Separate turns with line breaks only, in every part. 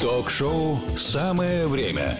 Ток-шоу «Самое время».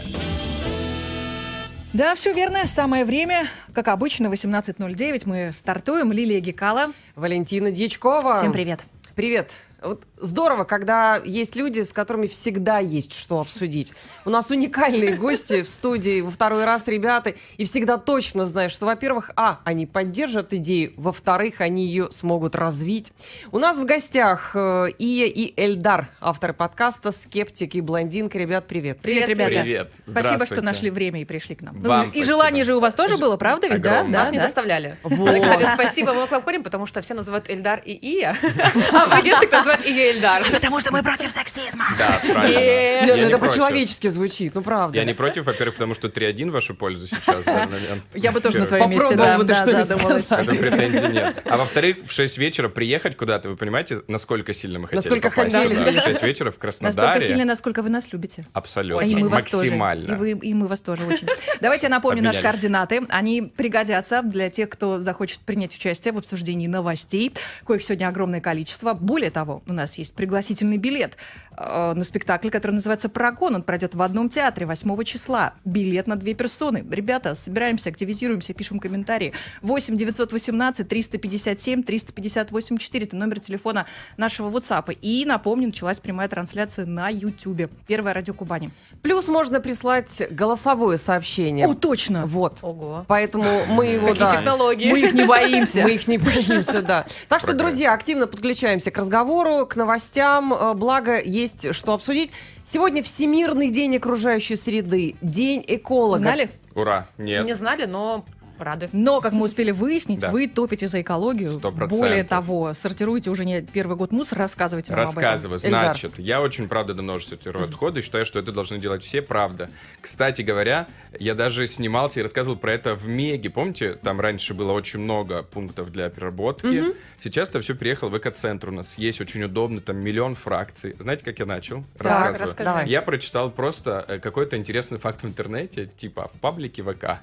Да, все верно. Самое время, как обычно, 18.09. Мы стартуем. Лилия Гекала.
Валентина Дьячкова.
Всем привет.
Привет. Вот здорово, когда есть люди, с которыми всегда есть что обсудить. У нас уникальные гости в студии во второй раз, ребята, и всегда точно знаешь, что, во-первых, а, они поддержат идею, во-вторых, они ее смогут развить. У нас в гостях э, Ия и Эльдар, авторы подкаста «Скептик» и «Блондинка». Ребят, привет.
Привет, ребята.
Привет.
Спасибо,
Здравствуйте.
что нашли время и пришли к нам.
Вам
и
спасибо.
желание же у вас тоже было, правда ведь, да?
Огромное.
Да,
Нас не
да?
заставляли.
Вот.
Это, кстати, спасибо, мы к вам ходим, потому что все называют Эльдар и Ия, а в агентстве называют Ия Эльдар.
Потому что мы против сексизма.
Да, правильно.
Э,
Не,
Я
ну
не
это
против.
по-человечески звучит, ну правда.
Я не против, во-первых, потому что 3-1 в вашу пользу сейчас. да, момент.
Я бы тоже на
Во-первых,
твоем месте, да,
Попробовала бы ты
да,
что-нибудь
задумалась.
сказать.
в этом претензий нет. А во-вторых, в 6 вечера приехать куда-то, вы понимаете, насколько сильно мы хотели
Насколько
попасть
хотели.
сюда? В 6 вечера в
Настолько сильно,
Краснодаре.
насколько вы нас любите.
Абсолютно.
И мы вас
Максимально.
тоже. И, вы, и мы вас тоже очень. Давайте я напомню наши
Обменялись.
координаты. Они пригодятся для тех, кто захочет принять участие в обсуждении новостей, коих сегодня огромное количество. Более того, у нас есть пригласительный билет э, на спектакль, который называется «Парагон». Он пройдет в одном театре 8 числа. Билет на две персоны. Ребята, собираемся, активизируемся, пишем комментарии. 8 918 357 358 4. Это номер телефона нашего WhatsApp. И, напомню, началась прямая трансляция на YouTube. Первая радио Кубани.
Плюс можно прислать голосовое сообщение.
О, точно.
Вот.
Ого.
Поэтому мы его,
Какие
да,
Мы
технологии.
их не боимся.
Мы их не боимся, да. Так что,
Прогресс.
друзья, активно подключаемся к разговору, к новостям. Э, Благо, есть что обсудить. Сегодня Всемирный день окружающей среды, День эколога. Э,
Знали?
Ура. Нет.
Не знали, но рады.
Но, как мы успели выяснить,
Да.
вы топите за экологию.
Сто процентов.
Более того, сортируете уже не первый год мусор, рассказывайте нам об
Рассказывай.
Эльдар.
Значит, я очень, правда, давно сортирую отходы и считаю, что это должны делать все, правда. Кстати говоря, я даже снимался и рассказывал про это в Меге. Помните, там раньше было очень много пунктов для переработки. Сейчас это все переехало в эко-центр. У нас есть очень удобно, там миллион фракций. Знаете, как я начал? Рассказываю.
расскажи.
Давай.
Я прочитал просто э, какой-то интересный факт в интернете, типа в паблике ВК,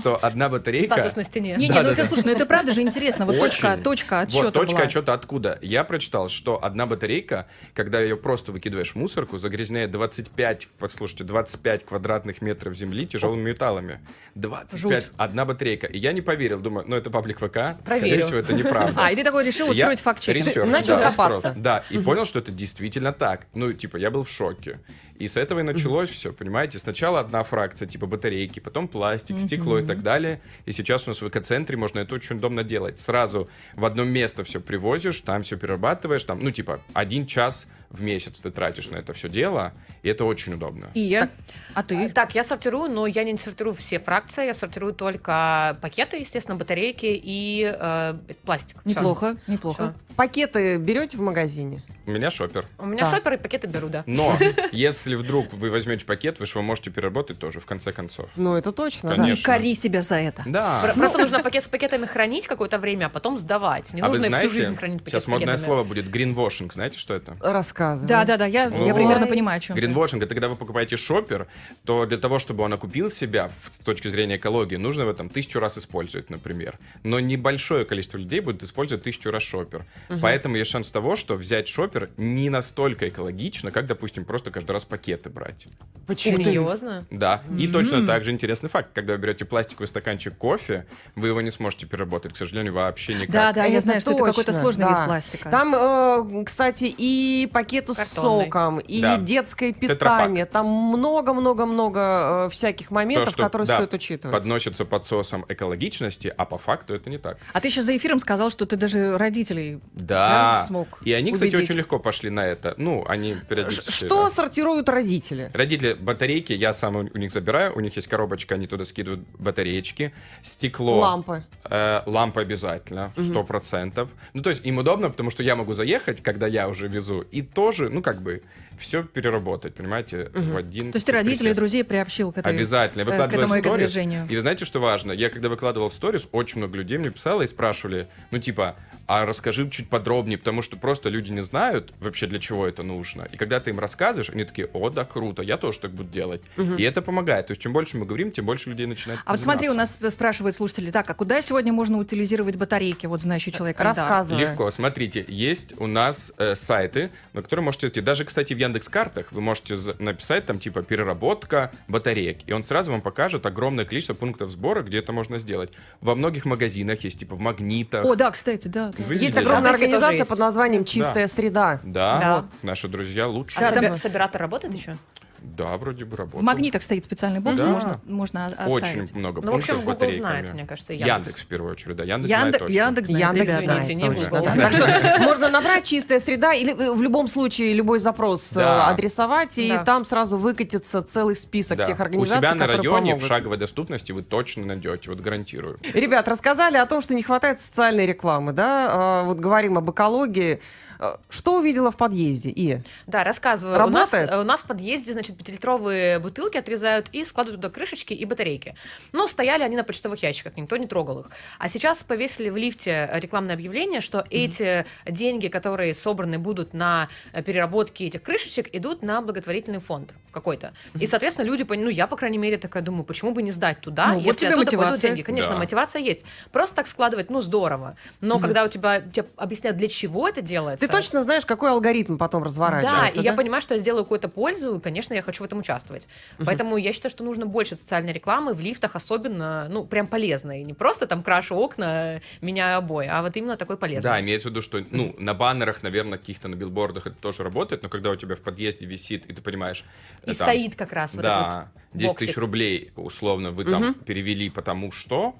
что одна батарейка
Статус на стене.
этом. Не-не,
Да,
ну
да,
это,
да.
слушай, ну это правда же интересно. Вот точка,
очень.
точка отсчета
Вот точка
была.
отсчета откуда? Я прочитал, что одна батарейка, когда ее просто выкидываешь в мусорку, загрязняет 25, послушайте, 25 квадратных метров земли тяжелыми металлами. 25.
Жуть.
Одна батарейка. И я не поверил, думаю, ну это паблик ВК, скорее
Проверю.
всего, это неправда.
А, и ты такой решил
Я
устроить факт-чек.
ресерч,
Начал
да,
копаться.
устроил. Да, и понял, что это действительно так. Ну, типа, я был в шоке. И с этого и началось все, понимаете? Сначала одна фракция, типа батарейки, потом пластик, стекло и так далее. И сейчас у нас в экоцентре можно это очень удобно делать. Сразу в одно место все привозишь, там все перерабатываешь, там, ну, типа, один час в месяц ты тратишь на это все дело, и это очень удобно.
И я. А ты?
Так, я сортирую, но я не сортирую все фракции, я сортирую только пакеты, естественно, батарейки и э, пластик. Всё.
Неплохо, неплохо.
Пакеты берете в магазине?
У меня шопер.
У меня
Да.
шоперы и пакеты беру, да.
Но если вдруг вы возьмете пакет, вы же его можете переработать тоже, в конце концов.
Ну, это точно,
Не
Конечно.
кори себя за это.
Да.
Про- Просто нужно пакет с пакетами хранить какое-то время, а потом сдавать. Не
а вы
нужно
знаете,
всю жизнь хранить пакет
сейчас
с
модное
пакетами.
слово будет гринвошинг, знаете, что это?
да. Рассказывай.
Да, да, да, я, я
Ой.
примерно понимаю, о чем. ты.
Гринвошинг — это когда вы покупаете шопер, то для того, чтобы он окупил себя в- с точки зрения экологии, нужно его там тысячу раз использовать, например. Но небольшое количество людей будет использовать тысячу раз шопер. Поэтому есть шанс того, что взять шопер не настолько экологично, как, допустим, просто каждый раз пакеты брать.
Почему?
Серьезно?
Да. И точно так же интересный факт. Когда вы берете пластиковый стаканчик кофе, вы его не сможете переработать, к сожалению, вообще никак.
Да, да, я
Это
знаю, что это какой-то
точно,
сложный
да.
вид пластика.
Там, э, кстати, и пакеты с
Картонный.
соком, и
Да.
детское
Тетрапак.
питание. Там много-много-много э, всяких
То,
моментов,
что,
которые
да,
стоит учитывать.
Подносится под соусом экологичности, а по факту это не так.
А ты сейчас за эфиром сказал, что ты даже родителей
Да.
Да, смог
И они, кстати,
убедить.
очень легко пошли на это. Ну, они
Ш-
периодически.
Что
да.
сортируют родители?
Родители батарейки, я сам у у них забираю, у них есть коробочка, они туда скидывают батареечки, стекло,
Лампы.
э, лампы обязательно, сто процентов. Ну то есть им удобно, потому что я могу заехать, когда я уже везу, и тоже, ну как бы все переработать, понимаете, в один.
То есть ты родителей и
присест.
друзей приобщил к этой
Обязательно. Я
э, к
Выкладываю
этому
в сторис.
экодвижению.
И вы знаете, что важно? Я когда выкладывал в сторис, очень много людей мне писало и спрашивали, ну типа, а расскажи чуть подробнее, потому что просто люди не знают вообще, для чего это нужно. И когда ты им рассказываешь, они такие, о, да, круто, я тоже так буду делать. И это помогает. То есть чем больше мы говорим, тем больше людей начинает
А вот смотри, у
заниматься.
нас спрашивают слушатели, так, а куда сегодня можно утилизировать батарейки? Вот знающий человек. Эльдар.
Рассказывай.
Легко. Смотрите, есть у нас э, сайты, на которые можете идти. Даже, кстати, в Яндекс Картах вы можете за- написать там типа переработка батареек, и он сразу вам покажет огромное количество пунктов сбора, где это можно сделать. Во многих магазинах есть типа в магнитах.
О, да, кстати, да. да.
Вы
Есть
видели?
огромная
Да, здесь тоже
организация
есть.
под названием «Чистая среда».
Да,
Да.
вот, наши друзья лучше.
Да,
А собира-
там-
собиратор работает еще?
Да, вроде бы
В
работает.
магнитах стоит специальный бокс,
Да.
можно, можно о-
Очень
оставить.
много
Ну, в общем,
пунктов
Google
батарейками.
знает, мне кажется,
Яндекс.
Яндекс.
в первую очередь, да. Яндекс, знает
Яндекс,
точно.
Яндекс, знает,
Яндекс,
ребята.
извините, не
точно,
Google.
да. Так что можно набрать «Чистая среда» или э, в любом случае любой запрос э,
Да.
адресовать, и
Да.
там сразу выкатится целый список
Да.
тех
У
организаций,
себя на
которые
районе в
помогут.
шаговой доступности вы точно найдете, вот гарантирую.
Ребят, рассказали о том, что не хватает социальной рекламы, да? Э, Вот говорим об экологии. Э, Что увидела в подъезде? И
Да, рассказываю. У нас,
Работает?
э, у нас в подъезде, значит, пятилитровые бутылки отрезают и складывают туда крышечки и батарейки. Но стояли они на почтовых ящиках, никто не трогал их. А сейчас повесили в лифте э, рекламное объявление, что эти деньги, которые собраны будут на э, переработки этих крышечек, идут на благотворительный фонд какой-то. И, соответственно, люди, пон- ну, я, по крайней мере, такая думаю, почему бы не сдать туда,
Ну, вот
если
тебе
оттуда пойдут
мотивация.
деньги. Конечно,
Да.
мотивация есть. Просто так складывать, ну, здорово. Но когда у тебя тебе объясняют, для чего это делается...
ты точно знаешь, какой алгоритм потом
Да,
разворачивается,
и я понимаю, что я сделаю какую-то пользу, и, конечно, я хочу в этом участвовать. Поэтому я считаю, что нужно больше социальной рекламы в лифтах, особенно, ну, прям полезной. Не просто там крашу окна, меняю обои, а вот именно такой
Да,
полезной.
имеется в виду, что ну, на баннерах, наверное, каких-то на билбордах это тоже работает, но когда у тебя в подъезде висит, и ты понимаешь... э, там,
и стоит как раз вот
Да,
этот
10
боксик.
тысяч рублей, условно, вы там перевели потому что,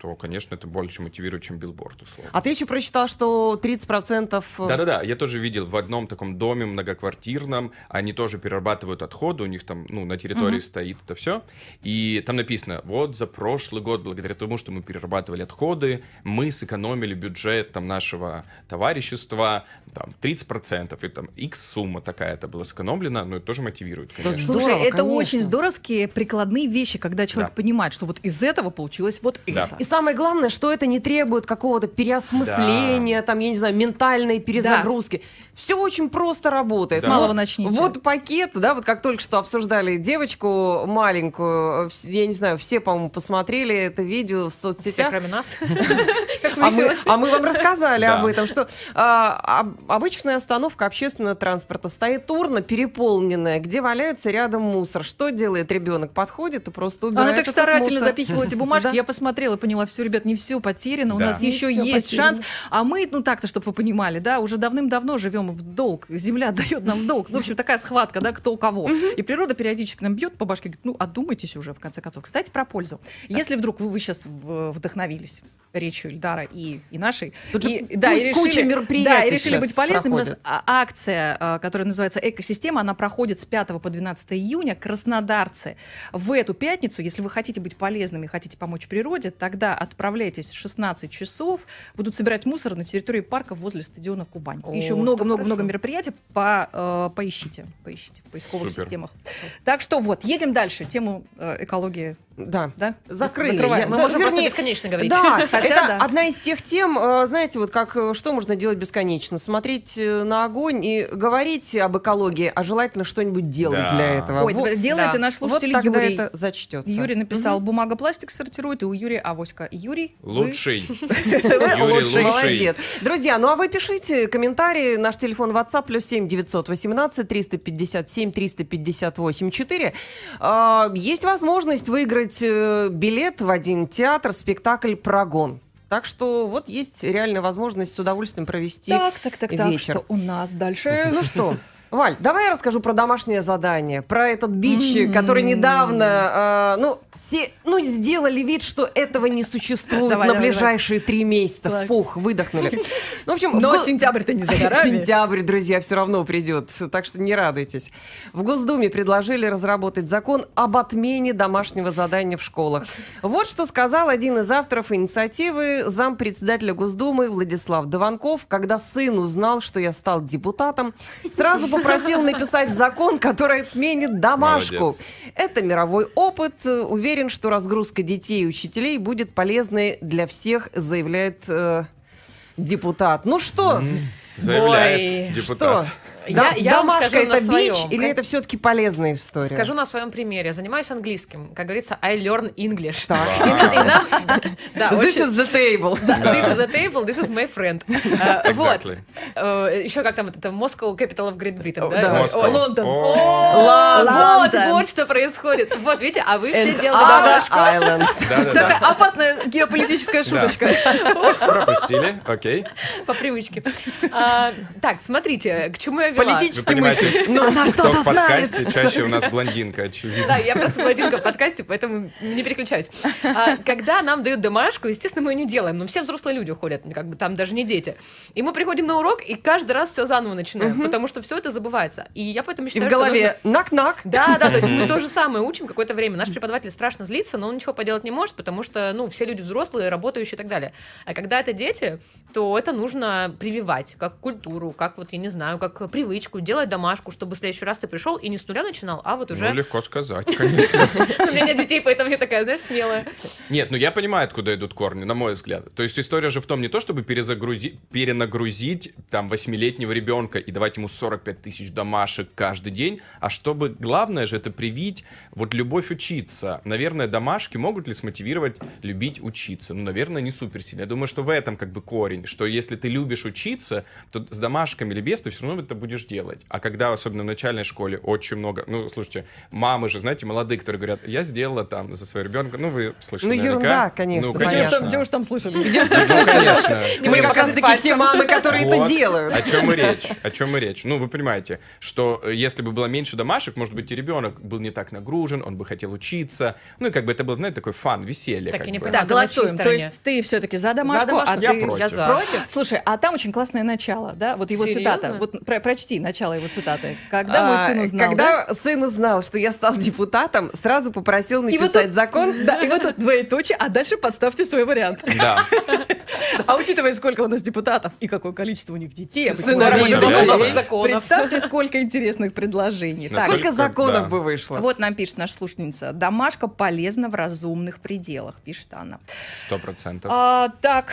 то, конечно, это больше мотивирует, чем билборд, условно.
А ты еще прочитал, что 30% э,
Да-да-да, я тоже видел в одном таком доме многоквартирном, они тоже перерабатывают отходы, у них там, ну, на территории стоит это все, и там написано, вот за прошлый год, благодаря тому, что мы перерабатывали отходы, мы сэкономили бюджет там нашего товарищества, там, 30%, и там, x сумма такая-то была сэкономлена, но это тоже мотивирует, конечно.
Слушай,
Здорово,
это
конечно.
очень здоровские прикладные вещи, когда человек
Да.
понимает, что вот из этого получилось вот
Да.
это.
И самое главное, что это не требует какого-то переосмысления, там, я не знаю, ментальной перезагрузки. Все очень просто работает.
Да. С малого
Вот-
начните.
Вот пакет, да, вот как только что обсуждали девочку маленькую, э, вс- я не знаю, все, по-моему, посмотрели это видео в
Все,
соцсетях.
кроме нас.
А мы, а мы вам рассказали
Да.
об этом, что а, об- обычная остановка общественного транспорта стоит урна переполненная, где валяется рядом мусор. Что делает ребенок? Подходит и просто убирает
Она так
этот
старательно
мусор.
запихивала эти
Да.
бумажки. Я посмотрела, поняла, все, ребят, не все потеряно. У
Да.
нас
Не
еще
всё
есть
потеряно.
шанс. А мы, ну так-то, чтобы вы понимали, да, уже давным-давно живем в долг. Земля дает нам в долг. Ну, в общем, такая схватка, да, кто у кого. И природа периодически нам бьет по башке, говорит, ну, одумайтесь уже, в конце концов. Кстати, про пользу. Если вдруг вы, сейчас вдохновились речью Ильдара и, и нашей,
Тут же
и-
ку-
да, и
куча
решили,
мероприятий
да, и решили
сейчас
быть полезными, у нас
проходит.
а- акция, а, которая называется «Экосистема», она проходит с 5 по 12 июня. Краснодарцы в эту пятницу, если вы хотите быть полезными, хотите помочь природе, тогда отправляйтесь в 16 часов. Будут собирать мусор на территории парка возле стадиона «Кубань».
О,
Еще
это
много-много-много
хорошо.
мероприятий. По, э, поищите, поищите в поисковых
Супер.
системах. Так что вот, едем дальше. Тему э, экологии,
Да.
да?
Закрыли.
Закрываем.
Я-
Мы
да,
можем просто
вернее,
бесконечно говорить.
Да,
Хотя
это
да.
одна из тех тем, э, знаете, вот как э, что можно делать бесконечно? Смотреть э, на огонь и говорить об экологии, а желательно что-нибудь делать
Да.
для этого.
Ой,
вот,
делает
да.
и наш
вот
слушатель
тогда
Юрий.
это зачтется.
Юрий написал, бумага пластик сортирует, и у Юрия авоська. Юрий, вы-
Лучший.
Вы
Юрий
лучший.
лучший.
Молодец. Друзья, ну а вы пишите комментарии. Наш телефон WhatsApp плюс 7 918 357 358 4. А, Есть возможность выиграть э, билет в один театр, спектакль «Прогон». Так что вот есть реальная возможность с удовольствием провести
Так, так, так, так,
вечер.
что у нас дальше?
Ну что, Валь, давай я расскажу про домашнее задание, про этот бич, который
М-м-м.
недавно, э, ну, все, ну, сделали вид, что этого не существует
Давай,
на
давай,
ближайшие три месяца.
Так.
Фух, выдохнули. Ну, в общем, в
Но
го-
сентябрь-то не за горами.
Сентябрь, друзья, все равно придет, так что не радуйтесь. В Госдуме предложили разработать закон об отмене домашнего задания в школах. Вот что сказал один из авторов инициативы, зампредседателя Госдумы Владислав Дованков, когда сын узнал, что я стал депутатом, сразу попросил написать закон, который отменит домашку.
Молодец.
Это мировой опыт. Э, Уверен, что разгрузка детей и учителей будет полезной для всех, заявляет э, депутат. Ну что, с-
Заявляет
Ой,
депутат.
что?
Я,
Да-
я вам
Домашка
скажу на
это бич
своем.
или это все-таки полезная история?
Скажу на своем примере. Занимаюсь английским. Как говорится, I learn English.
Так.
И на- и на- Да,
This
очень-
is the table.
Да, This is the table, this is my friend. Э, Вот.
Exactly.
Э, Еще как там это, это Moscow Capital of Great Britain, да?
да.
Ой,
Moscow.
о, Лондон.
О.
О, Вот,
Лондон.
вот что происходит. Вот, видите, а вы все
And
делали
other
домашку.
islands.
Да-да-да.
Опасная геополитическая шуточка.
Пропустили, окей.
По привычке. А, Так, смотрите, к чему я вела.
Вы
Политически
понимаете,
мысль. Ну,
Она
что
что-то
в
знает.
подкасте чаще у нас блондинка,
Да,
очевидно.
я просто блондинка в подкасте, поэтому не переключаюсь. А, когда нам дают домашку, естественно, мы ее не делаем. Но все взрослые люди ходят, как бы там даже не дети. И мы приходим на урок, и каждый раз все заново начинаем, потому что все это забывается. И я поэтому
И в
считаю, что нужно-
голове нак-нак.
Да, да, то есть мы то же самое учим какое-то время. Наш преподаватель страшно злится, но он ничего поделать не может, потому что, ну, все люди взрослые, работающие и так далее. А когда это дети, то это нужно прививать, как культуру, как вот, я не знаю, как привычку, делать домашку, чтобы в следующий раз ты пришел и не с нуля начинал, а вот
Ну,
уже...
легко сказать, конечно.
У меня нет детей, поэтому я такая, знаешь, смелая.
Нет, ну я понимаю, откуда идут корни, на мой взгляд. То есть история же в том, не то чтобы перезагрузи- перенагрузить там восьмилетнего ребенка и давать ему 45 тысяч домашек каждый день, а чтобы главное же это привить вот любовь учиться. Наверное, домашки могут ли смотивировать любить учиться? Ну, наверное, не супер сильно. Я думаю, что в этом как бы корень, что если ты любишь учиться, то с домашками или без ты все равно это будешь делать. А когда, особенно в начальной школе, очень много... Ну, слушайте, мамы же, знаете, молодые, которые говорят, я сделала там за своего ребенка, ну, вы слышали
Ну,
наверняка.
ерунда, конечно,
Ну,
понятно.
конечно.
уж там слышали?
Ну, конечно.
Мы как раз таки те мамы, которые это
Вот.
делают.
О чем и речь? О чем и речь? Ну, вы понимаете, что э, если бы было меньше домашек, может быть, и ребенок был не так нагружен, он бы хотел учиться. Ну, и как бы это был, знаете, такой фан, веселье.
Так
как
и не
бы.
понятно.
Да,
Да,
голосуем.
на чьей
То
стороне?
есть ты все-таки за домашку, а
домашку?
Я
ты
против.
Я за. Против?
Слушай, а там очень классное начало, да? Вот его
Серьезно?
цитата. Вот про- прочти начало его цитаты. Когда мой
А,
сын узнал, да?
Когда сын узнал, что я стал депутатом, сразу попросил
И вот
написать
тут-
закон.
Да, и вот тут двоеточие, а дальше подставьте свой вариант.
Да.
А учитывая, сколько у нас депутатов и какое количество у них детей, а быть
Сыновей,
может,
Конечно,
дочерей,
конечно.
Законов.
представьте, сколько интересных предложений. Так,
Насколько-
Сколько законов
да.
бы вышло?
вот нам пишет наша слушательница. Домашка полезна в разумных пределах, пишет она.
Сто процентов.
А, так,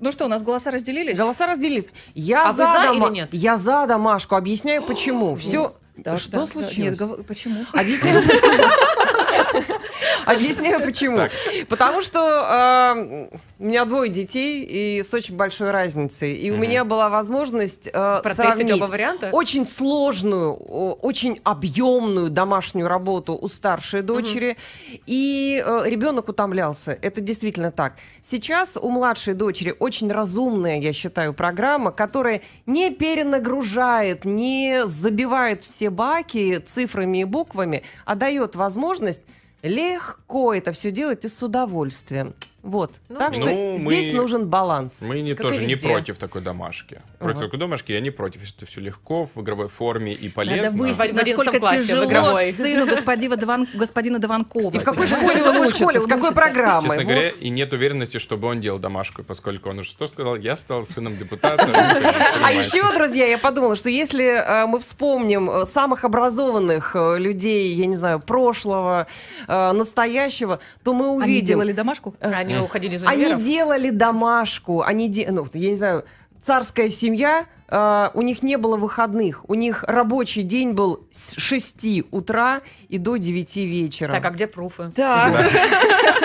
ну что, у нас голоса разделились?
Голоса разделись. Я
А вы
за,
за
дома-
или нет?
Я за домашку. Объясняю, почему. Все.
Да,
Что
да, да. Нет,
случилось?
гов- почему?
Объясняю. Объясняю почему.
Так.
Потому что э, у меня двое детей и с очень большой разницей. И у
Мгм.
меня была возможность э,
Протестить
сравнить
оба варианта?
очень сложную, о- очень объемную домашнюю работу у старшей дочери. И э, ребенок утомлялся. Это действительно так. Сейчас у младшей дочери очень разумная, я считаю, программа, которая не перенагружает, не забивает все баки цифрами и буквами, а дает возможность легко это все делать и с удовольствием. Вот.
Ну,
так что
Ну,
здесь
мы-
нужен баланс.
Мы не,
Как и
тоже не
везде.
против такой домашки. Против такой домашки я не против, если это все легко, в игровой форме и полезно.
Надо выяснить,
В- в одиннадцатом
насколько
классе, в
тяжело
игровой.
сыну господина, Дван- господина Дованкова.
И в какой школе
В
он
какой
учится?
школе
С
он
какой
учится?
программой?
Честно
Вот.
говоря, и нет уверенности, чтобы он делал домашку, поскольку он уже что сказал? Я стал сыном депутата. А
А еще, друзья, я подумала, что если э, мы вспомним э, самых образованных э, людей, я не знаю, прошлого, э, настоящего, то мы
Они
увидим.
делали домашку?
Они уходили из
Они
универов.
делали домашку, они де- ну, я не знаю, царская семья, э, у них не было выходных, у них рабочий день был с 6 утра и до 9 вечера.
Так, а где пруфы?
Так.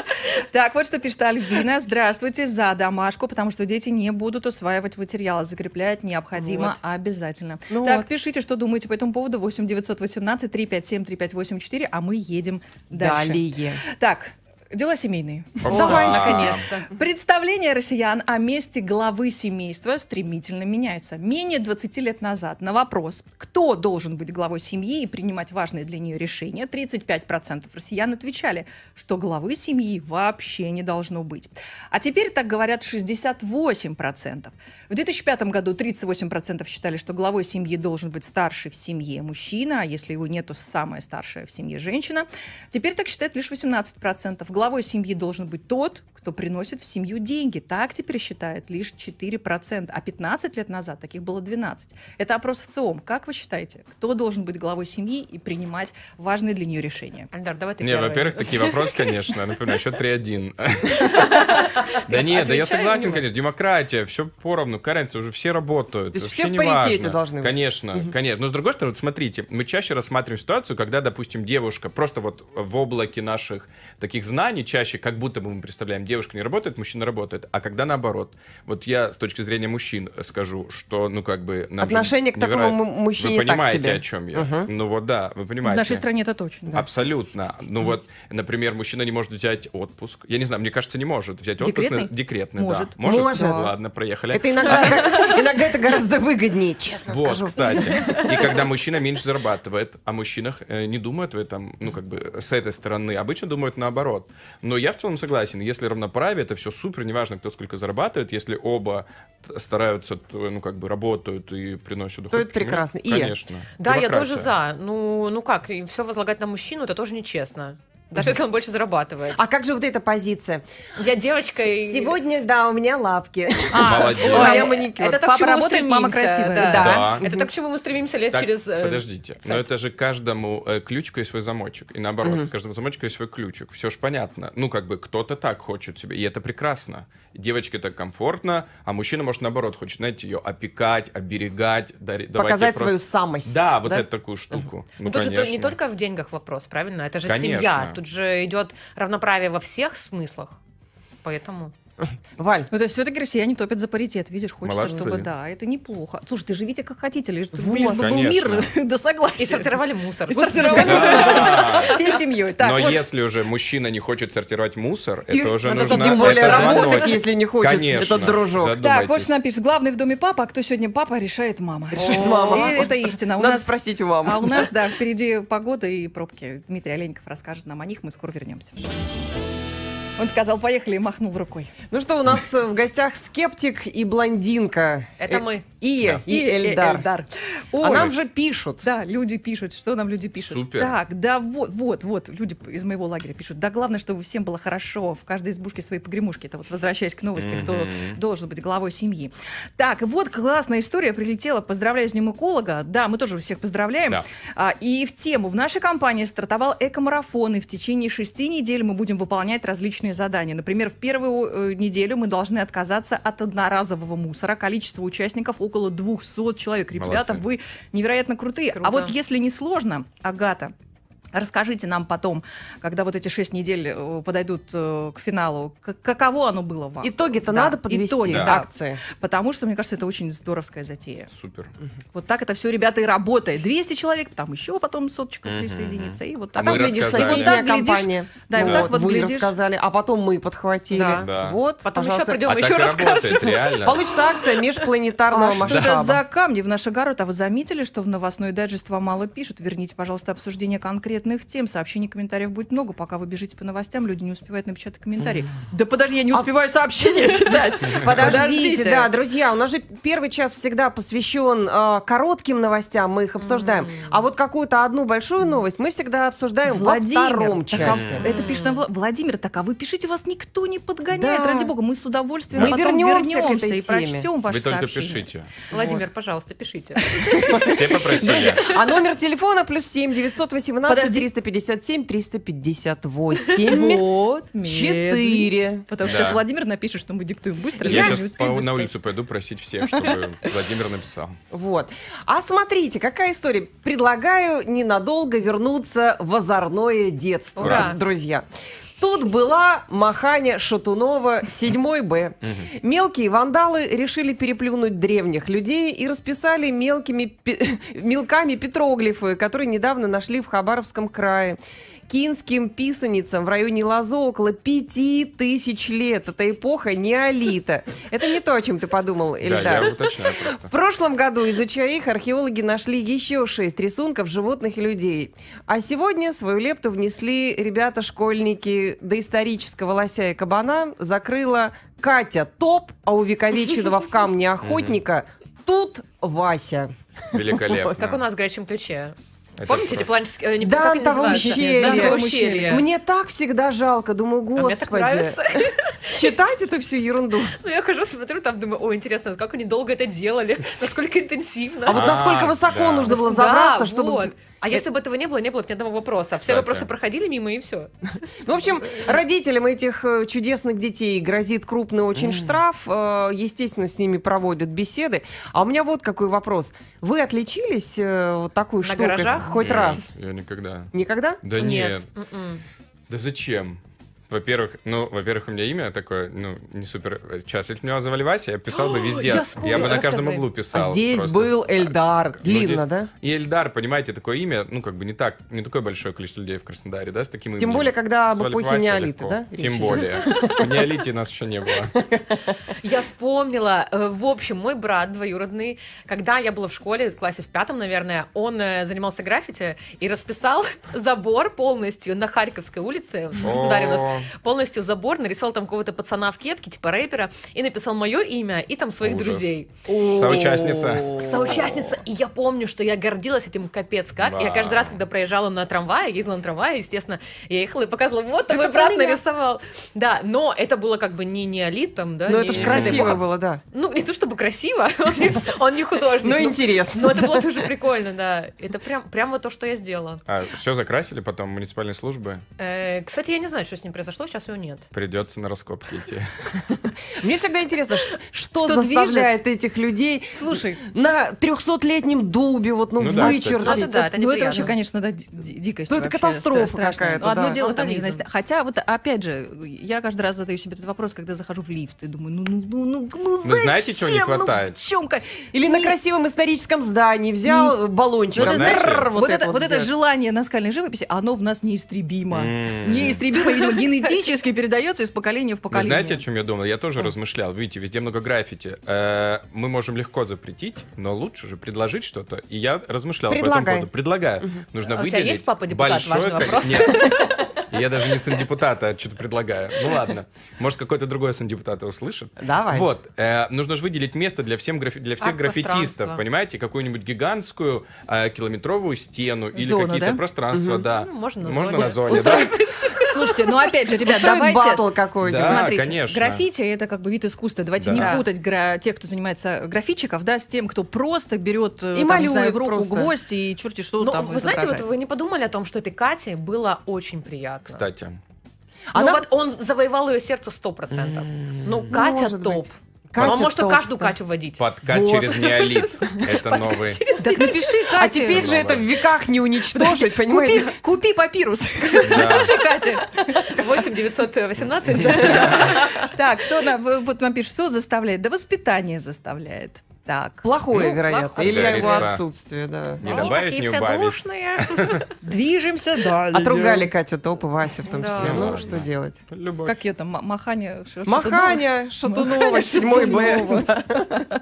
Так, вот что пишет Альбина. Здравствуйте, за домашку, потому что дети не будут усваивать материалы. Закреплять необходимо
Вот.
обязательно.
Ну
Так,
вот.
пишите, что думаете по этому поводу. 8 918 357 3584, а мы едем дальше.
Далее.
Так, дела семейные.
Давай, наконец-то.
Представление россиян о месте главы семейства стремительно меняется. Менее 20 лет назад на вопрос, кто должен быть главой семьи и принимать важные для нее решения, 35% россиян отвечали, что главы семьи вообще не должно быть. А теперь так говорят 68%. В 2005 году 38% считали, что главой семьи должен быть старший в семье мужчина, а если его нет, то самая старшая в семье женщина. Теперь так считает лишь 18%. Главой семьи должен быть тот, кто кто приносит в семью деньги. Так теперь считают лишь 4%, а 15 лет назад таких было 12. Это опрос в ЦИОМ. Как вы считаете, кто должен быть главой семьи и принимать важные для нее решения?
Альдар, давай ты
Не,
первый.
во-первых, такие вопросы, конечно. Например, еще 3-1. Да нет, да я
Отвечай
согласен,
мило.
конечно. Демократия, все поровну, каренцы, уже все работают.
То есть
вообще
все в
не
паритете
важно.
должны быть.
Конечно, конечно. Но с другой стороны, вот смотрите, мы чаще рассматриваем ситуацию, когда, допустим, девушка просто вот в облаке наших таких знаний чаще, как будто бы мы представляем, девушка не работает, мужчина работает. А когда наоборот. Вот я с точки зрения мужчин скажу, что, ну, как бы... нам же
Отношение к такому
неверо-
му- мужчине
Вы
так
понимаете,
себе.
о чем я?
Мгм.
Ну вот да, вы
В
понимаете.
нашей стране это точно.
Абсолютно. Ну вот, например, мужчина не может взять отпуск. Я не знаю, мне кажется, не может взять отпуск.
Декретный?
На... Декретный,
Может.
да. Может?
Может.
Ну, Ладно, проехали.
Это иногда, иногда это гораздо выгоднее, честно
А. Вот,
скажу.
кстати. И когда мужчина меньше зарабатывает, о мужчинах э, не думают в этом, ну, как бы, с этой стороны. Обычно думают наоборот. Но я в целом согласен. Если равноправие, это все супер, неважно, кто сколько зарабатывает. Если оба т- стараются, то, ну, как бы, работают и приносят доход.
это
почему нет?
прекрасно. И-
Конечно.
Да, я
Демократия.
тоже за. Ну, ну как, все возлагать на мужчину, это тоже нечестно. Даже если он больше зарабатывает.
А как же вот эта позиция?
Я девочка и...
С- Сегодня, да, у меня лапки.
А,
Молодец.
ой,
У
меня маникюр.
Это то, к
Папа
чему мы
работает, мама
стремимся,
красивая.
Да.
Да.
Это то, к чему мы стремимся лет
Так,
через... э,
Подождите, но
сайт.
это же каждому э, ключку есть свой замочек. И наоборот, каждому замочку есть свой ключик. Все же понятно. Ну, как бы кто-то так хочет себе. И это прекрасно. Девочке так комфортно, а мужчина, может, наоборот, хочет, знаете, ее опекать, оберегать, дари- давать ей
Показать свою
просто-
самость.
Да, вот эту такую штуку.
Ну,
Ну,
тут же то- не
конечно.
только в деньгах вопрос, правильно? Это же
Конечно.
семья. Тут же идет равноправие во всех смыслах. Поэтому...
Валь,
Ну, то есть все-таки россияне топят за паритет, видишь, хочется,
Молодцы.
чтобы да, это неплохо. Слушай, ты живите как хотите, лишь,
Вот.
лишь бы был мир
Конечно.
да согласия.
И сортировали мусор.
И сортировали
Да.
мусор. всей семьей. Так,
Но
вот,
если уже мужчина не хочет сортировать мусор,
И
это уже
вот это
нужно...
тем более
это
работать,
звоночек.
если не хочет
Конечно,
этот дружок.
так, вот
задумайтесь.
что напишет, главный в доме папа, а кто сегодня папа, решает мама.
Решает мама.
И это истина. У
надо
нас-
спросить А у мамы.
А у нас, да, впереди погода и пробки. Дмитрий Оленьков расскажет нам о них, мы скоро вернемся. Он сказал, поехали, и махнул рукой.
Ну что, у нас э, в гостях скептик и блондинка.
Это
Э,
мы.
И,
Да.
и Эльдар.
Ой,
А нам же пишут.
Да, люди пишут, что нам люди пишут.
Супер.
Так, да, вот, вот, вот, люди из моего лагеря пишут. Да, главное, чтобы всем было хорошо, в каждой избушке свои погремушки. Это вот возвращаясь к новости, кто должен быть главой семьи. Так, вот классная история прилетела. Поздравляю с Днем эколога. Да, мы тоже всех поздравляем.
Да.
А, и в тему. В нашей компании стартовал эко-марафон, и в течение шести недель мы будем выполнять различные задания. Например, в первую э, неделю мы должны отказаться от одноразового мусора. Количество участников около 200 человек. Ребята,
Молодцы.
вы невероятно крутые.
Круто.
А вот если не сложно, Агата, расскажите нам потом, когда вот эти шесть недель э, подойдут э, к финалу, к- каково оно было вам?
Итоги-то
Да,
надо подвести.
итоги,
да.
Акции.
Потому что, мне кажется, это очень здоровская затея.
Супер.
Вот так это все, ребята, и работает. 200 человек, там еще потом соточка присоединится. И вот
А
так.
Мы рассказали.
И вот так, глядишь,
компания.
да, и вот так вот
вы
глядишь-
рассказали, а потом мы подхватили.
Да.
Да.
Вот,
Потом еще
пожалуйста.
придем,
а
еще
так и
расскажем.
работает, реально.
Получится акция межпланетарного
А что
масштаба.
это за камни в наш огород? А вы заметили, что в новостной дайджест вам мало пишут? Верните, пожалуйста, обсуждение конкретных тем. Сообщений, комментариев будет много. Пока вы бежите по новостям, люди не успевают напечатать комментарии. Да подожди, я не успеваю сообщения читать.
А Подождите, да, друзья, у нас же первый час всегда посвящен э, коротким новостям, мы их обсуждаем. А вот какую-то одну большую новость мы всегда обсуждаем во втором
Владимир, так, а
часе.
это пишет нам Вла- Владимир, так а вы пишите, вас никто не подгоняет,
Да.
ради бога, мы с удовольствием
Мы
потом
вернемся к этой
вернемся и
теме.
прочтем
Вы
ваши
только
сообщения.
пишите.
Владимир, пожалуйста, пишите.
Все попросили.
А номер телефона плюс 7 918
Подожди.
357 358
Вот,
4.
Потому что
Да.
сейчас Владимир напишет, что мы диктуем быстро. да,
Я
не
сейчас
успеем
на
записать.
улицу пойду просить всех, чтобы Владимир написал.
Вот. А смотрите, какая история. Предлагаю ненадолго вернуться в озорное детство,
Ура.
друзья. Тут была Маханя Шатунова 7 Б. Мелкие вандалы решили переплюнуть древних людей и расписали мелкими пе- мелками петроглифы, которые недавно нашли в Хабаровском крае. Кинским писаницам в районе Лазо около пяти тысяч лет. Это эпоха неолита. Это не то, о чем ты подумал,
Да,
Эльдар.
я уточняю просто.
В прошлом году, изучая их, археологи нашли еще шесть рисунков животных и людей. А сегодня свою лепту внесли ребята-школьники доисторического лося и кабана. Закрыла Катя Топ, а увековеченного в камне охотника тут Вася.
Великолепно.
Как у нас в горячем ключе.
Это
Помните,
круто.
дипломатические... э, не-
Да,
как они
там
называются?
ущелье.
Да, там
Там
ущелье.
Мне так всегда жалко, думаю,
А мне так
господи.
нравится.
читать эту всю ерунду.
Ну, я хожу, смотрю, там думаю, о, интересно, как они долго это делали, насколько интенсивно.
А вот насколько
А,
высоко
да.
нужно было
Да,
забраться, чтобы... э,
вот. А если бы этого не было, не было бы ни одного вопроса. Все
Кстати.
вопросы проходили мимо, и все.
Ну, В общем, родителям этих э, чудесных детей грозит крупный очень штраф. Э, Естественно, с ними проводят беседы. А у меня вот какой вопрос. Вы отличились э, вот такой
На
штукой
гаражах?
хоть
Я-
раз?
Я никогда.
Никогда? А
Да нет.
М-м.
Да зачем? Во-первых, ну, во-первых, у меня имя такое, ну, не супер. Сейчас, если бы меня звали Вася, я писал бы
О,
везде.
я
Я,
вспомнила,
бы на каждом
рассказывай.
углу писал.
а здесь
просто.
был Эльдар.
Ну,
Длинно,
здесь-
да?
И Эльдар, понимаете, такое имя, ну, как бы не так, не такое большое количество людей в Краснодаре, да, с таким именем.
Тем более, когда об
Звали бы
эпохе
Вася
неолита,
легко.
да?
Тем более. В неолите нас еще не было.
Я вспомнила. Э, В общем, мой брат двоюродный, когда я была в школе, в классе в пятом, наверное, он э, занимался граффити и расписал забор полностью на Харьковской улице. В Краснодаре у нас
О.
полностью забор, нарисовал там какого-то пацана в кепке, типа рэпера, и написал мое имя и там своих
Ужас.
друзей.
Соучастница.
Соучастница, и я помню, что я гордилась этим капец как. Я каждый раз,
Вау.
когда проезжала на трамвае, ездила на трамвае, естественно, я ехала и показывала, вот, мой брат нарисовал. Да, но это было как бы не неолит там, да?
Ну,
не-
это же
не
красиво
дай бог.
было, да.
Ну, не то чтобы красиво, он не, он не художник.
Но
ну,
интересно.
Но это было тоже прикольно, да. Это прям, прям вот то, что я сделала.
А все закрасили потом муниципальные службы?
Э, кстати, я не знаю, что с ним произошло, сейчас его нет.
Придется на раскопки идти.
Мне всегда интересно, ш- что,
Что движет?
заставляет этих людей
Слушай,
на 300-летнем дубе вот, ну,
Ну да,
вычертить.
кстати.
Да, да, это
ну это
неприятно.
вообще, конечно, да, ди- ди- дикость.
Ну, это
вообще
катастрофа
страшная.
какая-то,
Ну, одно
да.
дело там, не
Вандализм.
знаю, ст- хотя вот опять же, я каждый раз задаю себе этот вопрос, когда захожу в лифт, и думаю, ну, ну, ну, ну, ну,
Ну, знаете, чего не
зачем? Ну,
хватает?
в чем ка-
Или на красивом историческом здании взял баллончик,
Ну,
раз,
знаете,
тррр,
Вот, это, вот это
сделать.
желание наскальной живописи, оно в нас неистребимо.
М.
Неистребимо, видимо, генетически передается из поколения в
Вы
поколение.
знаете, о чем я думал? Я тоже размышлял. Видите, везде много граффити. Э, Мы можем легко запретить, но лучше же предложить что-то. И я размышлял по этому
Предлагай.
поводу. Предлагаю. Нужно
А у тебя
выделить
есть папа-депутат?
большое
Важный
ко-
вопрос.
Нет. Я даже не сын депутата, а что-то предлагаю. Ну ладно. Может, какой-то другой сын депутата услышит.
Давай.
Вот. э, нужно же выделить место для, всем графи- для всех
Арт-пространство.
граффитистов, понимаете? Какую-нибудь гигантскую э, километровую стену или
Зону,
какие-то
да?
пространства, да.
Ну, можно на
Можно
зоне.
на зоне, да.
Слушайте, ну опять же, ребят,
Устроить
давайте...
баттл какой-то.
Да,
Смотрите,
конечно.
граффити это как бы вид искусства. Давайте
Да.
не
Да.
путать гра- тех, кто занимается графичиков, да, с тем, кто просто берет э,
И
там, не знаю,
малюет
в руку
просто.
гвоздь и черти что
Но
там.
Ну, вы знаете, вот
изображает.
вы не подумали о том, что этой Кате было очень приятно.
Кстати.
А.
Ну
Она-
вот он завоевал ее сердце 100%. Ну, Катя
может
топ. Ну,
быть.
он
Катя
может
топ,
каждую
да.
Катю водить.
Подкат
Вот.
через неолит. Это
Под
новый.
через-
Так напиши, Катя.
А теперь же
Ну,
это
да.
в веках
Подожди,
не уничтожить,
купи,
понимаете?
купи папирус.
Да.
Напиши, Катя.
8 918.
Так, что она вот нам пишет, что заставляет? Да воспитание заставляет. Так,
Плохое,
Ну,
вероятно,
плохое.
или его
Жарится.
отсутствие, да.
Не
Они
добавить,
такие
не
все
убавить.
душные.
движемся дальше.
Отругали Катю Топ и Васю в том
Да.
числе.
Ну,
Ну,
ладно.
что делать?
Любовь.
Как ее там, ма- Маханя? Ш-
Маханя Шатунова, 7
Шатунова.
Б. да.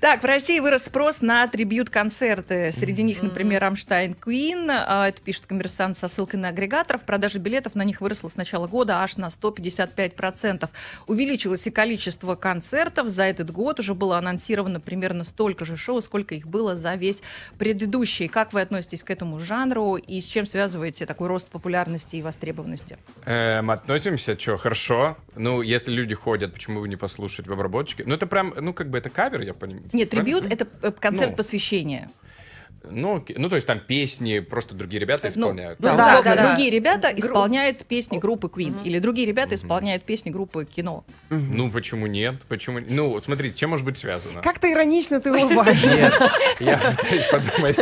Так, в России вырос спрос на трибьют-концерты. Среди них, например, Рамштайн Куин. А, Это пишет коммерсант со ссылкой на агрегаторов. Продажа билетов на них выросла с начала года аж на 155%. Увеличилось и количество концертов. За этот год уже было анонсировано примерно столько же шоу, сколько их было за весь предыдущий. Как вы относитесь к этому жанру и с чем связываете такой рост популярности и востребованности?
Эм, относимся, что, хорошо. Ну, если люди ходят, почему бы не послушать в обработчике? Ну, это прям, ну, как бы это кавер, я понимаю.
Нет, трибьют — это э, концерт
Ну.
посвящения.
Ну, окей. ну, то есть там песни просто другие ребята исполняют.
Ну,
да,
условно,
да, да.
другие ребята исполняют песни группы Queen. Или другие ребята исполняют песни группы кино.
Ну, почему нет? Почему? Ну, смотрите, чем может быть связано?
Как-то иронично ты улыбаешься.
Нет, я пытаюсь подумать.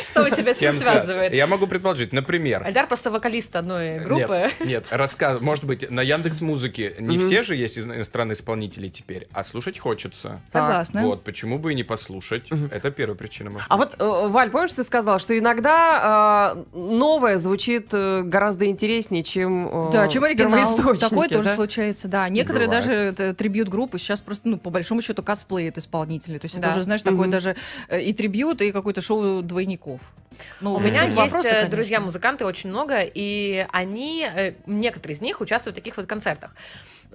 Что у тебя
с
с
кем
ним
связано.
связывает?
Я могу предположить, например,
Альдар просто вокалист одной группы.
Нет, нет рассказ, может быть, на Яндекс Музыке не все же есть из- иностранные исполнители теперь, а слушать хочется.
Согласна.
Вот, почему бы и не послушать? Это первая причина. может
А
быть.
вот, э, Валь, помнишь, ты сказала, что иногда э, новое звучит э, гораздо интереснее, чем э,
Да, чем
в
оригинал.
первоисточнике,
Такое тоже
да?
случается, да. Некоторые
Бывает.
даже э, трибьют-группы сейчас просто, ну, по большому счету, косплеят исполнителей. То есть это
Да.
уже, знаешь, такое
Мгм.
даже э, и трибьют, и какое-то шоу двойников. Ну,
У меня
тут
есть
вопросы,
э,
конечно.
друзья музыканты очень много, и они э, некоторые из них участвуют в таких вот концертах.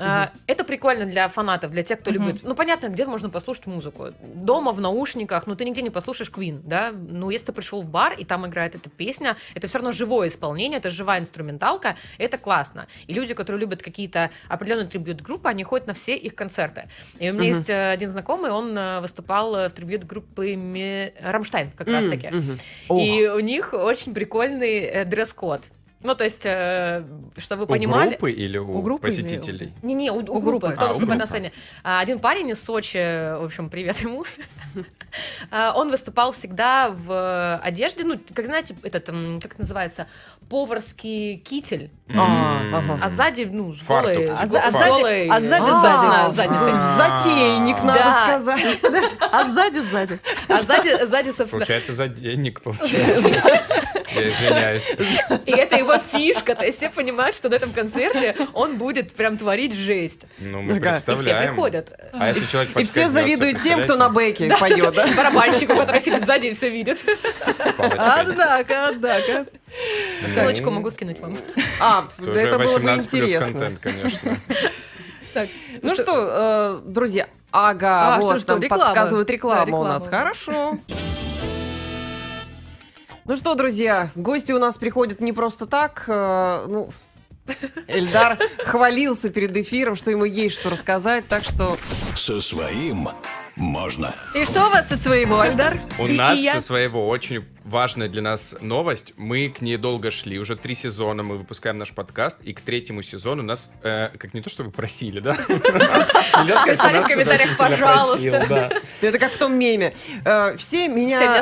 А, Это прикольно для фанатов, для тех, кто
Мгм.
любит. Ну, понятно, где можно послушать музыку. Дома, в наушниках, ну, ты нигде не послушаешь Queen, да? Ну, если ты пришел в бар, и там играет эта песня, это все равно живое исполнение, это живая инструменталка, это классно. И люди, которые любят какие-то определенные трибьют-группы, они ходят на все их концерты. И у
Мгм.
меня есть э, один знакомый, он э, выступал э, в трибьют-группы Ме- Рамштайн как раз-таки. И у них очень прикольный э, дресс-код. Ну, то есть, э, чтобы вы
У
понимали...
группы или у,
У группы или у-
посетителей?
Не-не, у, у
У
группы,
группы.
А,
кто
у
выступает на
группы.
сцене. А, Один парень из Сочи, в общем, привет ему. А, Он выступал всегда в одежде, ну, как знаете, этот, м, как это называется, поварский китель,
А,
М.
ага.
а сзади, ну, с
Фартук.
голой,
А
с
за- а
гол-
сзади- А.
голой,
а сзади
собственно,
сзади.
задницей.
Затейник, надо
Да.
сказать. А сзади, сзади.
А сзади, сзади, собственно,
Получается, за денег получается. Я извиняюсь.
И это его фишка. То есть все понимают, что на этом концерте он будет прям творить жесть.
Ну, мы
Ага. И все
И все
представляем.
приходят.
А если человек
И все
подскользнется,
завидуют тем, кто на бэке поет, да?
Типа Барабанщику, который сидит сзади и все видит.
представляете,
А,
палочкой.
Однако, однако.
Ну,
Ссылочку могу скинуть вам.
А,
это
да
уже
это было бы
18 плюс
интересно.
контент, конечно.
Так,
Ну что, э, друзья, ага,
А, что,
вот
что,
нам
реклама.
подсказывают рекламу у
Да,
нас.
реклама.
Хорошо. Ну что, друзья, гости у нас приходят не просто так. э, ну, Эльдар хвалился перед эфиром, что ему есть что рассказать, так что...
Со своим можно.
И что у вас со своего, Эльдар?
У
И- и
нас
я.
со своего очень важная для нас новость. Мы к ней долго шли. Уже три сезона мы выпускаем наш подкаст. И к третьему сезону нас, э, как не то чтобы просили, да?
Писали в комментариях, пожалуйста.
Это как в том меме. Э, все меня...
Все меня
э,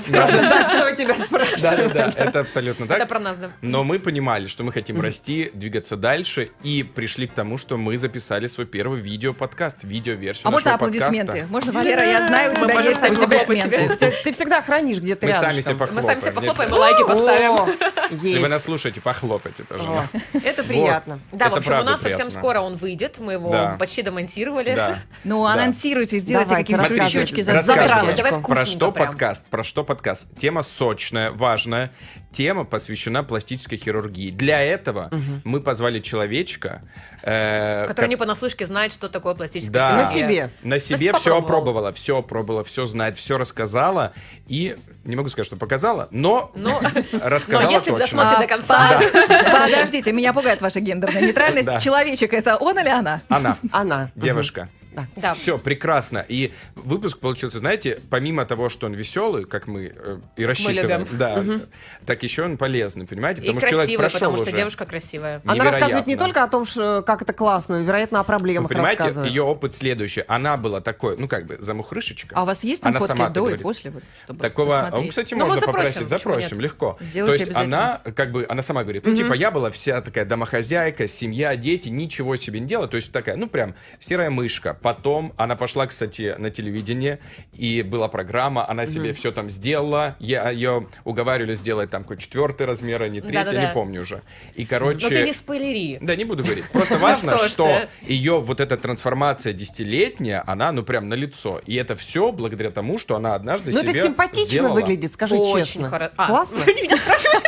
спрашивают, да, кто тебя спрашивает.
Да, да, да, это абсолютно
Это
так.
про нас, да.
Но мы понимали, что мы хотим расти, двигаться дальше, и пришли к тому, что мы записали свой первый видео-подкаст, видео-версию
А можно
нашего
аплодисменты?
подкаста.
Можно, Валера, я знаю, у
Мы
тебя
можем
есть
так хлопать
аплодисменты.
себе.
Ты, ты всегда хранишь где-то
Мы
рядом.
сами себе похлопаем.
Мы сами себе похлопаем и
обязательно.
лайки поставим.
Если вы
Есть.
нас слушаете, похлопайте тоже.
О,
нам.
Это приятно.
Да, в
Это
общем, у
правда
нас совсем
приятно.
скоро он выйдет. Мы его
Да.
почти домонтировали.
Да.
Ну,
Да.
анонсируйте, сделайте
Давайте,
какие-то
рассказывайте.
крючочки за
Рассказывайте.
затравочку.
Давай вкусненько
Про что
прям.
подкаст? Про что подкаст? Тема сочная, важная. Тема посвящена пластической хирургии. Для этого мы позвали человечка, э,
Который
ко-
не понаслышке знает, что такое пластическая
Да.
На
хирургия.
себе.
на себе все
попробовала.
опробовала, все опробовала, все знает, все рассказала и не могу сказать, что показала, но
Ну,
рассказала
но если
точно.
досмотрите до конца,
А, Подождите, меня пугает ваша гендерная
Да.
нейтральность. Человечек, это он или она?
Она,
Она.
девушка.
да.
Все прекрасно. И выпуск получился, знаете, помимо того, что он веселый, как мы э, и рассчитываем,
любим.
да, так еще он полезный, понимаете?
И
человек
красивая,
прошел
потому что
уже.
девушка красивая.
Она
Невероятно.
рассказывает не только о том, что, как это классно, но, вероятно, о
Вы
проблемах
понимаете,
рассказывает.
ее опыт следующий. Она была такой, ну как бы, замухрышечка.
А у вас есть там
Она
фотки
сама так
до и
говорит.
после? вот, чтобы
Такого,
посмотреть?
ну, кстати,
Ну, мы
можно
запросим,
попросить,
почему
запросим,
нет?
легко.
Сделайте
То есть
обязательно.
она, как бы, она сама говорит, ну, типа, я была вся такая домохозяйка, семья, дети, ничего себе не делала. То есть такая, ну, прям серая мышка. Потом она пошла, кстати, на телевидение, и была программа, она себе все там сделала. Я ее уговаривали сделать там какой четвертый размер, а не третий,
Да-да-да.
не помню уже. И, короче...
Но ты не спойлери.
Да, не буду говорить.
Ну
Просто важно,
что ж
что
ты.
ее вот эта трансформация десятилетняя, она ну прям на лицо. И это все благодаря тому, что она однажды
Ну, это
себе
симпатично
сделала.
выглядит, скажи
Очень
честно.
хорошо.
А.
Классно?
Меня спрашивают.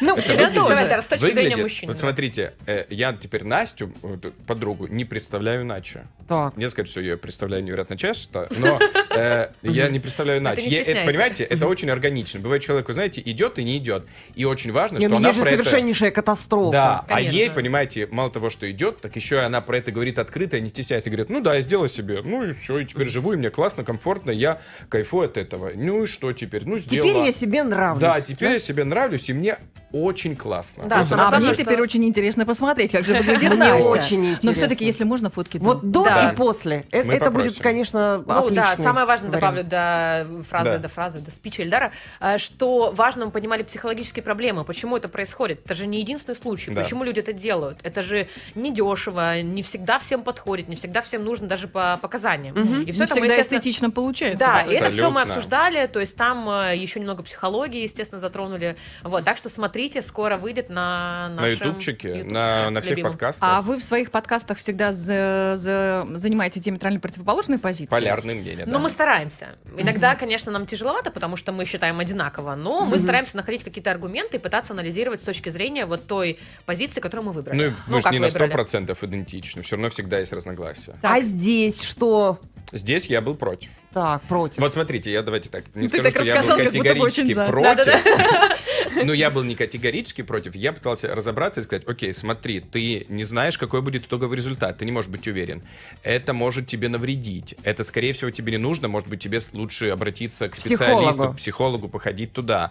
Ну,
Это
тебя
выглядит-
тоже.
тоже.
Это с точки
выглядит-
зрения мужчины,
Вот
да.
смотрите, э, я теперь Настю, вот, э, подругу, не представляю иначе.
Так.
Не сказать, что я ее представляю невероятно часто, но э, я не представляю иначе.
не
Я- это,
стесняйся.
Понимаете, это очень органично. Бывает человеку, знаете, идет и не идет. И очень важно,
Не,
что
ну,
она
есть же
про это...
совершеннейшая катастрофа.
Да,
Конечно.
а ей, понимаете, мало того, что идет, так еще и она про это говорит открыто, и не стесняется, говорит, ну да, я сделала себе, ну и все, и теперь живу, и мне классно, комфортно, я кайфую от этого. Ну и что теперь? Ну сделала.
Теперь я себе нравлюсь.
Да, теперь я себе нравлюсь, и мне очень классно.
Да,
Вот
самое
А мне
главное, что-
теперь очень интересно посмотреть, как же выглядит
Мне
Настя.
очень
Но
интересно.
все-таки, если можно, фотки. там.
Вот до
Да.
и после. Э-
Мы
это будет,
попросим.
конечно,
Ну да,
отличный
самое важное
вариант.
добавлю до фразы,
Да.
до фразы, до спича Эльдара, э, что важно, мы понимали психологические проблемы, почему это происходит. Это же не единственный случай,
Да.
почему люди это делают. Это же не дешево, не всегда всем подходит, не всегда всем нужно даже по показаниям. И
Не
все
всегда эстетично получается.
Да,
да.
и это все
Абсолютно.
мы э, обсуждали, то есть там еще немного психологии, естественно, затронули. Вот, так что смотрите, скоро выйдет на
На
нашем
ютубчике,
YouTube.
на, на всех
Любимом.
подкастах.
А вы в своих подкастах всегда за- за- занимаете диаметрально противоположные позиции?
Полярные мнения,
Но
Э, да.
Ну, мы стараемся. Иногда, конечно, нам тяжеловато, потому что мы считаем одинаково, но мы стараемся находить какие-то аргументы и пытаться анализировать с точки зрения вот той позиции, которую мы выбрали.
Ну, и мы же
как
не на
выбрали.
100% идентичны, все равно всегда есть разногласия.
Так.
А здесь что?
Здесь я был против.
Так, против.
Вот смотрите, я давайте так, не
Типа. Ну, Ты
скажу,
так
что я был
рассказал, как будто бы очень
категорически
за.
против. Ну, я был не категорически против, я пытался разобраться и сказать, окей, смотри, ты не знаешь, какой будет итоговый результат, ты не можешь быть уверен. Это может тебе навредить, это, скорее всего, тебе не нужно, может быть, тебе лучше обратиться к специалисту,
психологу.
к психологу, походить туда.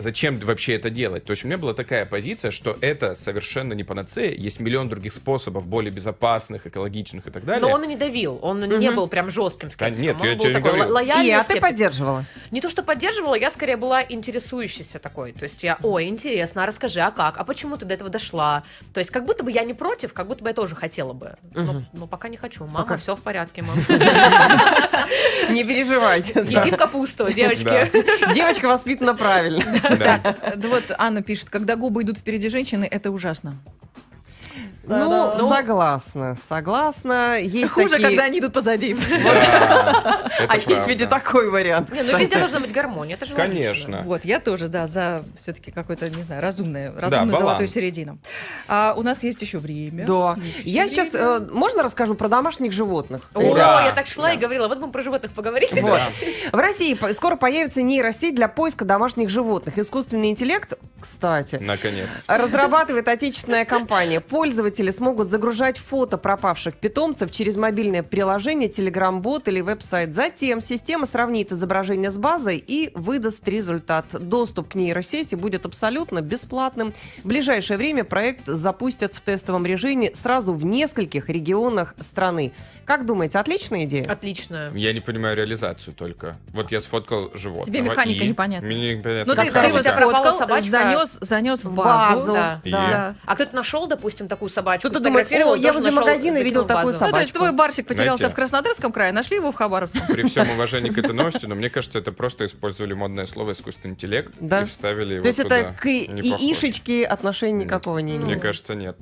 Зачем вообще это делать? То есть у меня была такая позиция, что это совершенно не панацея, есть миллион других способов, более безопасных, экологичных и так далее.
Но он и не давил, он не был прям жестким скептиком.
нет,
он
я
был
тебе не
такой
говорил.
ло- лояльный
И, а ты
скептик.
поддерживала?
Не то, что поддерживала, я скорее была интересующейся такой. То есть я, ой, интересно, а расскажи, а как, а почему ты до этого дошла? То есть как будто бы я не против, как будто бы я тоже хотела бы. Но, но пока не хочу. Мама,
Пока.
все в порядке, мам.
Не переживайте.
Едим капусту, девочки.
Да.
Девочка воспитана правильно.
Да.
Э, Да вот Анна пишет, когда губы идут впереди женщины, это ужасно.
Ну, согласна, согласна. Есть такие-
они идут позади.
Да, это
А есть
правда.
ведь и такой вариант,
Не, ну везде
кстати.
должна быть гармония, это же логично.
Конечно.
Вот, я тоже, да, за все-таки какой-то, не знаю, разумное,
А. Да,
разумную золотую
баланс.
середину. А у нас есть еще время.
Да. Я сейчас, э, можно расскажу про домашних животных?
О,
Ура!
я так шла и говорила, вот бы мы про животных поговорили.
Вот. В России по- скоро появится нейросеть для поиска домашних животных. Искусственный интеллект, кстати,
Наконец.
Разрабатывает отечественная компания. Пользователи смогут загружать фото пропавших питомцев через мобильное приложение, телеграм-бот или веб-сайт. Затем система сравнит изображение с базой и выдаст результат. Доступ к нейросети будет абсолютно бесплатным. В ближайшее время проект запустят в тестовом режиме сразу в нескольких регионах страны. Как думаете, отличная идея?
Отлично.
Я не понимаю реализацию только. Вот я сфоткал животного.
Тебе механика
и-
непонятна.
Мне непонятно.
Ну, ты, ты
как там
его
у тебя
это.
пропала
сфоткал,
собачка?
занес, занес в базу.
базу.
Да.
И-
Да.
А кто-то нашел, допустим, такую собачку,
Кто-то думает,
сфотографировал,
«О, я
тоже
возле
нашел,
магазина
закинул
видел
в
такую
базу».
Ну, то есть
собачку.
твой барсик потерялся
Знаете-
в Краснодарском крае, нашли его в Хабаровском.
При всем уважении к этой новости, но мне кажется, это просто использовали модное слово искусственный интеллект
Да.
и вставили его
То есть это
туда.
к
Не похож.
ишечке отношения
Нет.
никакого не
Мне
имеет.
кажется, нет.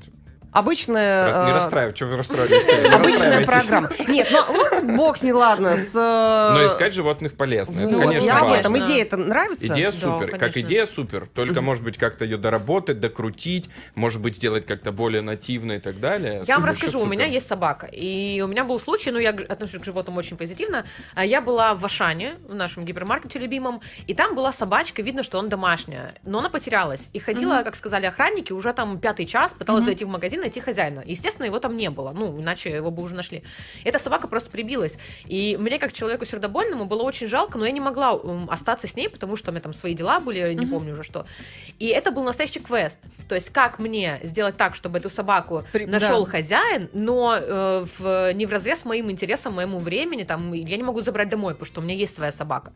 Обычная...
Раз- Не
э,
расстраивайтесь, что вы расстроились. Не
Обычная
расстраивайтесь.
программа. Нет, ну, ну, бог с ней, ладно. С,
Но искать животных полезно. Это,
Вот,
конечно,
я об
важно.
этом.
важно.
Идея-то нравится?
Идея
Да,
супер. как
конечно.
идея супер. Только, может быть, как-то ее доработать, докрутить, может быть, сделать как-то более нативно и так далее. Ну,
Я вам
Вообще
расскажу, у меня
супер.
есть собака, и у меня был случай, ну, я г- отношусь к животным очень позитивно, А я была в Ашане, в нашем гипермаркете любимом, и там была собачка, видно, что он домашняя, но она потерялась, и ходила, как сказали охранники, уже там пятый час, пыталась зайти в магазин, найти хозяина. Естественно, его там не было, ну, иначе его бы уже нашли. Эта собака просто прибилась, и мне, как человеку сердобольному, было очень жалко, но я не могла м, остаться с ней, потому что у меня там свои дела были, не помню уже что. И это был настоящий квест, то есть как мне сделать так, чтобы эту собаку
При- да.
нашел хозяин, но э, в, не в разрез моим интересам, моему времени, там, я не могу забрать домой, потому что у меня есть своя собака.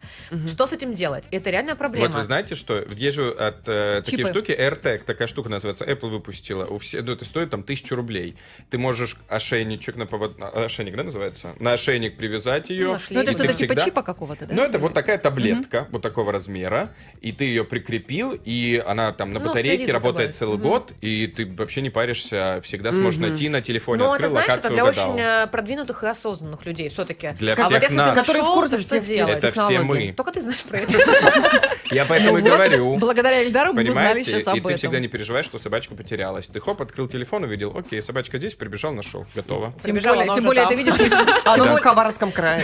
Что с этим делать? Это реальная проблема.
Вот вы знаете, что есть же от э, такие
Чипы.
штуки AirTag, такая штука называется, Apple выпустила. У все, ну, это стоит там тысячу рублей. Ты можешь ошейничек на повод, на- ошейник, да, называется, на ошейник привязать ее.
Нашли.
Ну, это
и ты
что-то типа
всегда-
чипа какого-то, да?
Ну, это вот такая таблетка, вот такого размера, и ты ее прикрепил, и она там на
Ну, следит
батарейке
за
работает
тобой.
целый
Мгм. год,
год, и ты вообще не паришься, всегда сможешь найти на телефоне,
но Ну, это,
открыл,
знаешь, это
локацию
для
угадал.
очень э, продвинутых и осознанных людей все-таки.
Для
а
всех
вот если
нас.
ты нашел,
Которые в курсе
то что
всех
делать?
Это все
технологий.
мы.
Только ты знаешь про это.
Я поэтому и
Вот,
говорю.
Благодаря Эльдару мы узнали
Понимаете?
сейчас
И
об
ты всегда
этом.
не переживаешь, что собачка потерялась. Ты хоп, открыл телефон, увидел, окей, собачка здесь, прибежал, нашел, готово.
Тем
Прибежала,
более,
она
тем
уже
более
там.
ты видишь, не
А
с-
Оно в Хабаровском крае.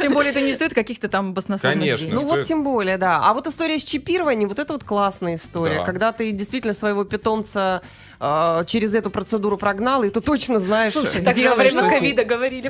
тем более это не стоит каких-то там баснословных
Конечно.
денег.
Ну
Что
вот
это?
тем более, да. А вот история с чипированием, вот это вот классная история.
Да.
Когда ты действительно своего питомца э, через эту процедуру прогнал, и ты точно знаешь,
Слушай,
Так же
где
во
он, что с
время
ним.
ковида говорили.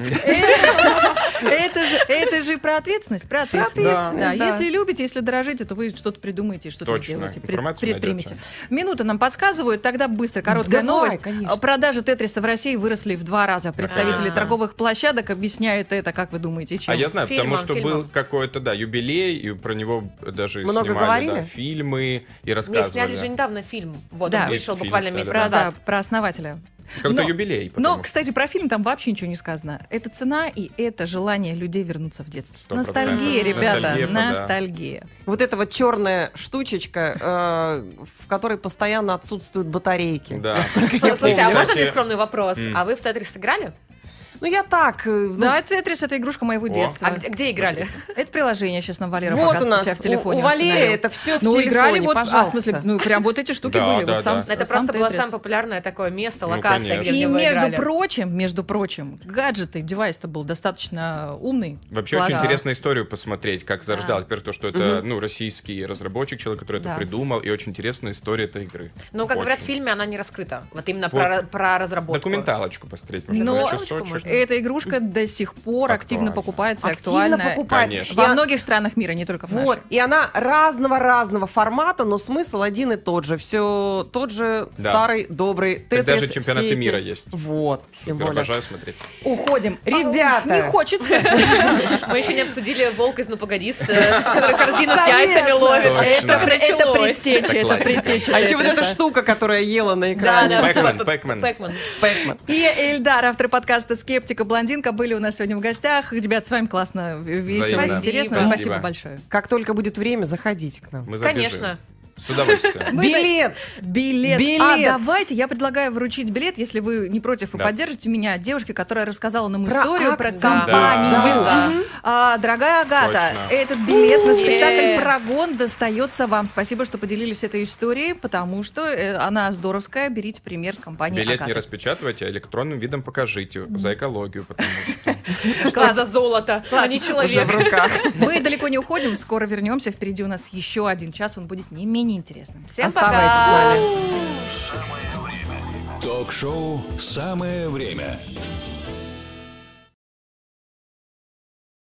Это же, это же про ответственность, про ответственность.
ответственность,
да.
да.
Если любите, если дорожите, то вы что-то придумаете, что-то
Точно.
сделаете, пред-
Информацию
предпримете.
найдете.
Минута нам подсказывают, тогда быстро короткая
Давай,
новость. А,
конечно.
Продажи тетриса в России выросли в два раза. Представители
А.
торговых площадок объясняют это, как вы думаете, чем?
А я знаю, потому
Фильмом,
что
фильмом.
был какой-то, да, юбилей, и про него даже
Много
снимали
говорили?
да, фильмы и
Мне
рассказывали.
сняли же недавно фильм. Вот
Да.
он вышел
Фильм
буквально
сняли,
месяц
да.
про, да,
назад.
про основателя.
Как-то
Но-
юбилей.
Но,
потому что.
кстати, про фильм там вообще ничего не сказано. Это цена и это желание людей вернуться в детство.
Сто
Ностальгия,
процентов.
ребята,
Ностальгия, да.
ностальгия.
Вот эта вот черная штучечка, э, в которой постоянно отсутствуют батарейки.
Да.
Насколько я
Слушай, слушайте, а
помню.
можно
Кстати,
нескромный вопрос?
м.
А вы в Тетрис играли?
Ну я так. э, ну,
да, Тетрис это игрушка моего
О.
детства.
А где, где играли?
Это приложение сейчас нам Валера
вот у
показывает
нас.
себя в
У,
телефоне.
у Валерии
установил.
это все в
Ну,
телефоне,
играли вот, а, в
пожалуйста.
смысле, ну, прям вот эти штуки
Да,
были.
да,
вот сам,
да.
Это
сам
просто было
Тетрис.
самое популярное такое место,
Ну,
локация,
конечно.
где
И,
вы
между
играли.
прочим, между прочим, гаджеты, девайс-то был достаточно умный.
Вообще очень
классный.
интересно историю посмотреть, как зарождалось. Во-первых, то, что это
Мгм.
ну, российский разработчик, человек, который
Да.
это придумал, и очень интересная история этой игры.
Но, Ну, как говорят, в
Очень.
фильме она не раскрыта. Вот именно
Вот.
про, про разработку.
Документалочку посмотреть можно.
Но
Короче, Сочи.
можно.
эта игрушка до сих пор активно
Актуальна.
покупается, и
Активно
актуальна.
покупается.
Конечно.
И
Во
она-
многих странах мира, не только в
Вот,
нашей.
и она разного-разного формата, но смысл один и тот же. Все тот же
Да.
старый, добрый
Так
Тетрис.
даже
все
чемпионаты
эти-
мира есть.
Вот, тем
Супер,
более.
обожаю смотреть.
Уходим.
Ребята!
А, уф, Не хочется.
Мы еще не обсудили волк из «Ну погоди», с, с- который корзину с яйцами
Конечно.
ловит.
Точно.
Это
Это
началось.
предтеча,
Это
это
классика.
предтеча.
А еще вот эта
Тетриса.
штука, которая ела на
Да,
экране.
да,
Пэкмен,
всё,
Пэкмен.
Пэкмен.
Пэкмен.
И Эльдар, автор подкаста «Скептика. Блондинка», были у нас сегодня в гостях. Ребят, с вами классно, весело,
Взаимно.
интересно.
Спасибо.
Спасибо большое.
Как только будет время, заходите к нам.
Мы забежим.
Конечно.
С удовольствием.
Мы-
Билет!
Билет.
Билет.
А давайте я предлагаю вручить билет, если вы не против и
Да. поддержите
меня, девушке, которая рассказала нам
Про
историю
акт-
про
Да.
компанию.
Да.
А, дорогая Агата,
Точно.
этот билет на спектакль
Е.
«Прогон» достается вам. Спасибо, что поделились этой историей, потому что э, она здоровская. Берите пример с компании
Билет не
Агаты.
распечатывайте, а электронным видом покажите. За экологию, потому что...
Угу. Что за золото, а не
Уже в
человек.
руках.
Мы далеко не уходим, скоро вернемся. Впереди у нас еще один час, он будет не менее интересным.
Всем
Оставайтесь
пока.
с нами.
Ток-шоу «Самое время»